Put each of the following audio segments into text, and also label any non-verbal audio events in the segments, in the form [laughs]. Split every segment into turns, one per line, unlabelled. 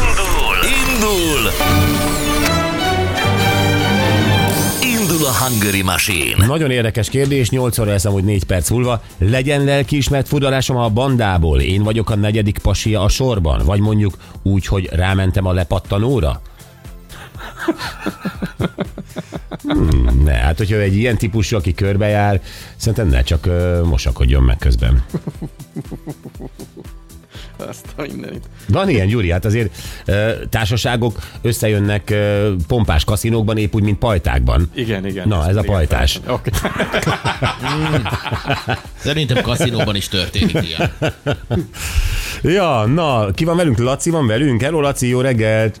Indul! Indul! Indul a Hungary Machine!
Nagyon érdekes kérdés, 8 óra lesz amúgy 4 perc múlva. Legyen lelkiismert furadásom a bandából, én vagyok a negyedik pasia a sorban, vagy mondjuk úgy, hogy rámentem a lepattanóra? Hmm, ne, hát hogyha egy ilyen típusú, aki körbejár, szerintem ne csak ö, mosakodjon meg közben.
Azt a mindenit.
Van ilyen, Gyuri, hát azért ö, társaságok összejönnek ö, pompás kaszinókban, épp úgy, mint pajtákban.
Igen, igen.
Na, ez a
igen,
pajtás.
fel- [laughs] Oké. Okay.
[laughs] Szerintem kaszinóban is történik ilyen.
Ja, na, ki van velünk? Laci van velünk? Hello, Laci, jó reggelt!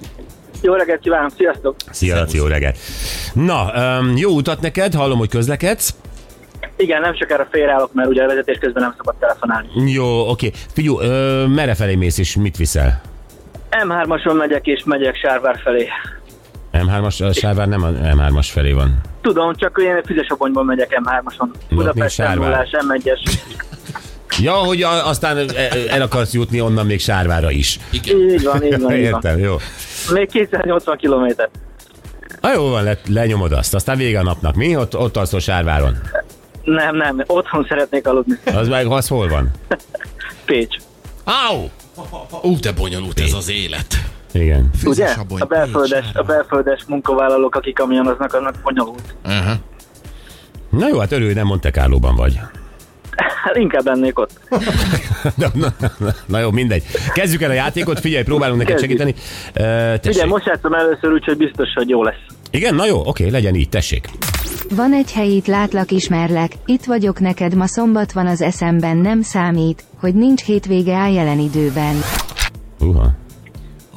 Jó reggelt kívánok, sziasztok!
Szia, Laci, jó reggelt! Na, öm, jó utat neked, hallom, hogy közlekedsz.
Igen, nem sokára félreállok, mert ugye a vezetés közben nem szabad telefonálni.
Jó, oké. Figyú, ö, merre felé mész és mit viszel?
M3-ason megyek és megyek Sárvár felé.
M3-as ö, sávár nem a M3-as felé van.
Tudom, csak én füzesobonyban megyek M3-ason. Budapesten
Sárvár.
nullás, M1-es.
Ja, hogy a- aztán el- el akarsz jutni onnan még Sárvára is.
Igen.
Így van,
[laughs]
így van, így van.
Értem, jó.
Még 280 kilométer.
Na jó van, le, lenyomod azt, aztán vége a napnak. Mi? Ott, ott alszol Sárváron.
Nem, nem, otthon szeretnék aludni.
Az meg az hol van?
Pécs.
Au!
Ú, de bonyolult ez az élet.
Igen.
Ugye?
Fűzésabony,
A belföldes, a
Pécs,
belföldes munkavállalók, akik kamionoznak, annak bonyolult.
Aha.
Na jó, hát örülj, hogy nem Monte Carlo-ban vagy. [laughs]
Hát inkább lennék ott.
Na, na, na, na jó, mindegy. Kezdjük el a játékot, figyelj, próbálunk neked
Kezdjük.
segíteni. Ö,
Ugye,
tessék.
most játszom először, úgyhogy biztos, hogy jó lesz.
Igen, na jó, oké, legyen így, tessék.
Van egy hely, itt látlak, ismerlek, itt vagyok neked, ma szombat van az eszemben, nem számít, hogy nincs hétvége áll jelen időben.
Uha.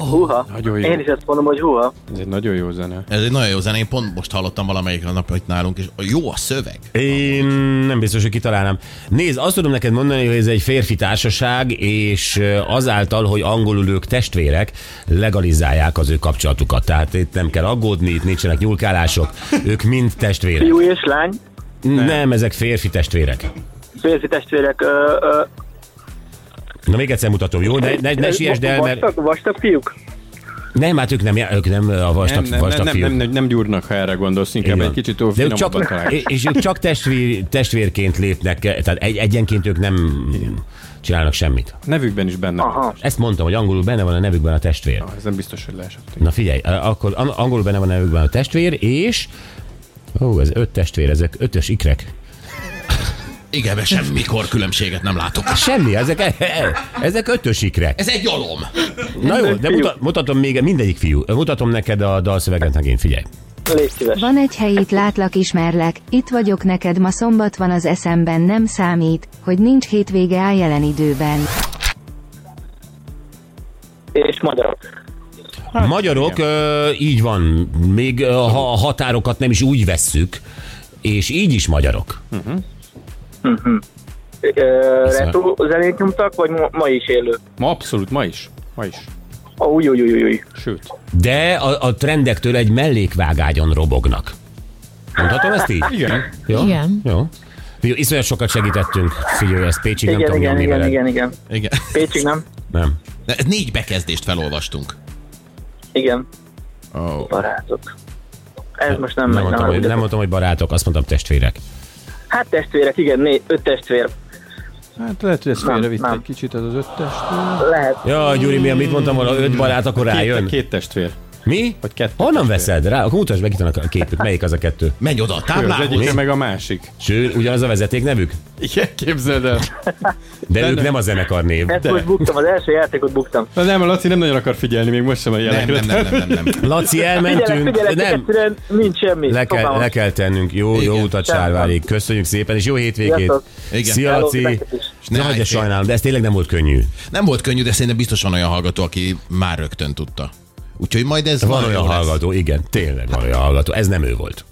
Húha.
Nagyon jó.
Én is ezt mondom, hogy húha.
Ez egy nagyon jó zene.
Ez egy nagyon jó zene, én pont most hallottam valamelyik nap itt nálunk, és jó a szöveg.
Én nem biztos, hogy kitalálnám. Nézd, azt tudom neked mondani, hogy ez egy férfi társaság, és ö, azáltal, hogy angolul ők testvérek, legalizálják az ő kapcsolatukat. Tehát itt nem kell aggódni, itt nincsenek nyúlkálások, ők mind testvérek.
Fiú és lány,
Nem, nem ezek férfi testvérek.
férfi testvérek, ö, ö,
Na még egyszer mutatom, jó? Ne, ne, ne siessd el, mert...
Vastag, vastag fiúk?
Nem, hát ők nem, já- ők nem a vastag,
Nem, nem,
vastag
nem, nem,
fiúk.
nem, nem, nem gyúrnak, ha erre gondolsz, inkább
Így
egy
van.
kicsit
De ők
finomabban csak...
csak,
találják.
és ők csak testvér, testvérként lépnek, tehát egy, egyenként ők nem csinálnak semmit.
Nevükben is benne
Aha.
van.
Ezt mondtam, hogy angolul benne van a nevükben a testvér.
Ez nem biztos, hogy leesett.
Na figyelj, akkor an- angolul benne van a nevükben a testvér, és... Ó, ez öt testvér, ezek ötös ikrek.
Igen, mert semmikor különbséget nem látok.
Semmi, ezek, e- e- ezek ötös ikrek.
Ez egy gyalom.
Na jó, de muta, mutatom még, mindegyik fiú, mutatom neked a dalszöveget megint, figyelj.
Légy szíves.
Van egy hely, itt látlak, ismerlek, itt vagyok neked, ma szombat van az eszemben, nem számít, hogy nincs hétvége áll jelen időben.
És magyarok.
Magyarok, ö, így van, még ö, ha a határokat nem is úgy vesszük, és így is magyarok.
Ö, Retro zenét nyomtak, vagy ma, ma is élő?
Ma abszolút, ma is. Ma is.
Ó, Új, új, új, új, új.
Sőt.
De a, a trendektől egy mellékvágágyon robognak. Mondhatom ezt így?
Hát, Igen.
Jó?
Igen.
Jó. Jó, iszonyat sokat segítettünk, figyelj, ezt Pécsig nem
Igen,
tudom
igen,
nyomni
igen,
veled.
igen, igen.
Igen.
Pécsig nem?
Nem.
De ez négy bekezdést felolvastunk.
Igen,
Oh.
barátok. Ez most nem,
Nem
megy.
mondtam,
nálam,
hogy,
ugye?
nem mondtam, hogy barátok, azt mondtam testvérek.
Hát testvérek, igen, né, öt testvér.
Hát lehet, hogy ezt
Nem,
félrevitt
nem.
egy kicsit ez az öt testvér.
Lehet.
Ja, Gyuri, mi, amit mondtam volna, öt barát, akkor
Két,
rájön.
két testvér.
Hát
Mi?
Vagy kettő
Honnan
testvér.
veszed? Rá, akkor mutasd meg itt a képük, melyik az a kettő.
Menj oda a
Ő az
táblához.
egyik, meg a másik.
Sőt, ugyanaz a vezeték nevük?
Igen, képzeld el.
De ők nem a zenekar név.
Ezt most buktam, az első játékot buktam.
Na nem, a Laci nem nagyon akar figyelni, még most sem a
Nem,
jelekre.
nem, nem, nem, nem, nem.
Laci,
Figyelek,
elmentünk.
figyelek,
Nem,
egyszerűen nincs semmi.
le kell,
Fogalmam
le kell tennünk. Jó, jó
Igen.
utat Sárvárig. Köszönjük szépen, és jó hétvégét.
Sziasztok.
Igen.
Szia,
Hello,
Laci.
neked is.
Ne
Zaj, de
állj fél.
sajnálom, de ez tényleg nem volt könnyű.
Nem volt könnyű, de szerintem biztos van olyan hallgató, aki már rögtön tudta. Úgyhogy majd ez
Van
nagyon
olyan
jó lesz.
hallgató, igen, tényleg van olyan hallgató. Ez nem ő volt.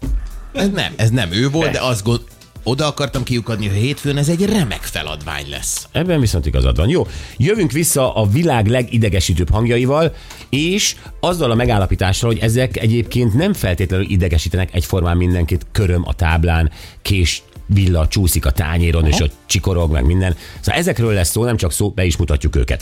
Ez nem, ez nem ő volt, de azt gond... Oda akartam kiukadni, hogy hétfőn ez egy remek feladvány lesz.
Ebben viszont igazad van. Jó, jövünk vissza a világ legidegesítőbb hangjaival, és azzal a megállapítással, hogy ezek egyébként nem feltétlenül idegesítenek egyformán mindenkit, köröm a táblán, kés villa csúszik a tányéron, Aha. és ott csikorog, meg minden. Szóval ezekről lesz szó, nem csak szó, be is mutatjuk őket.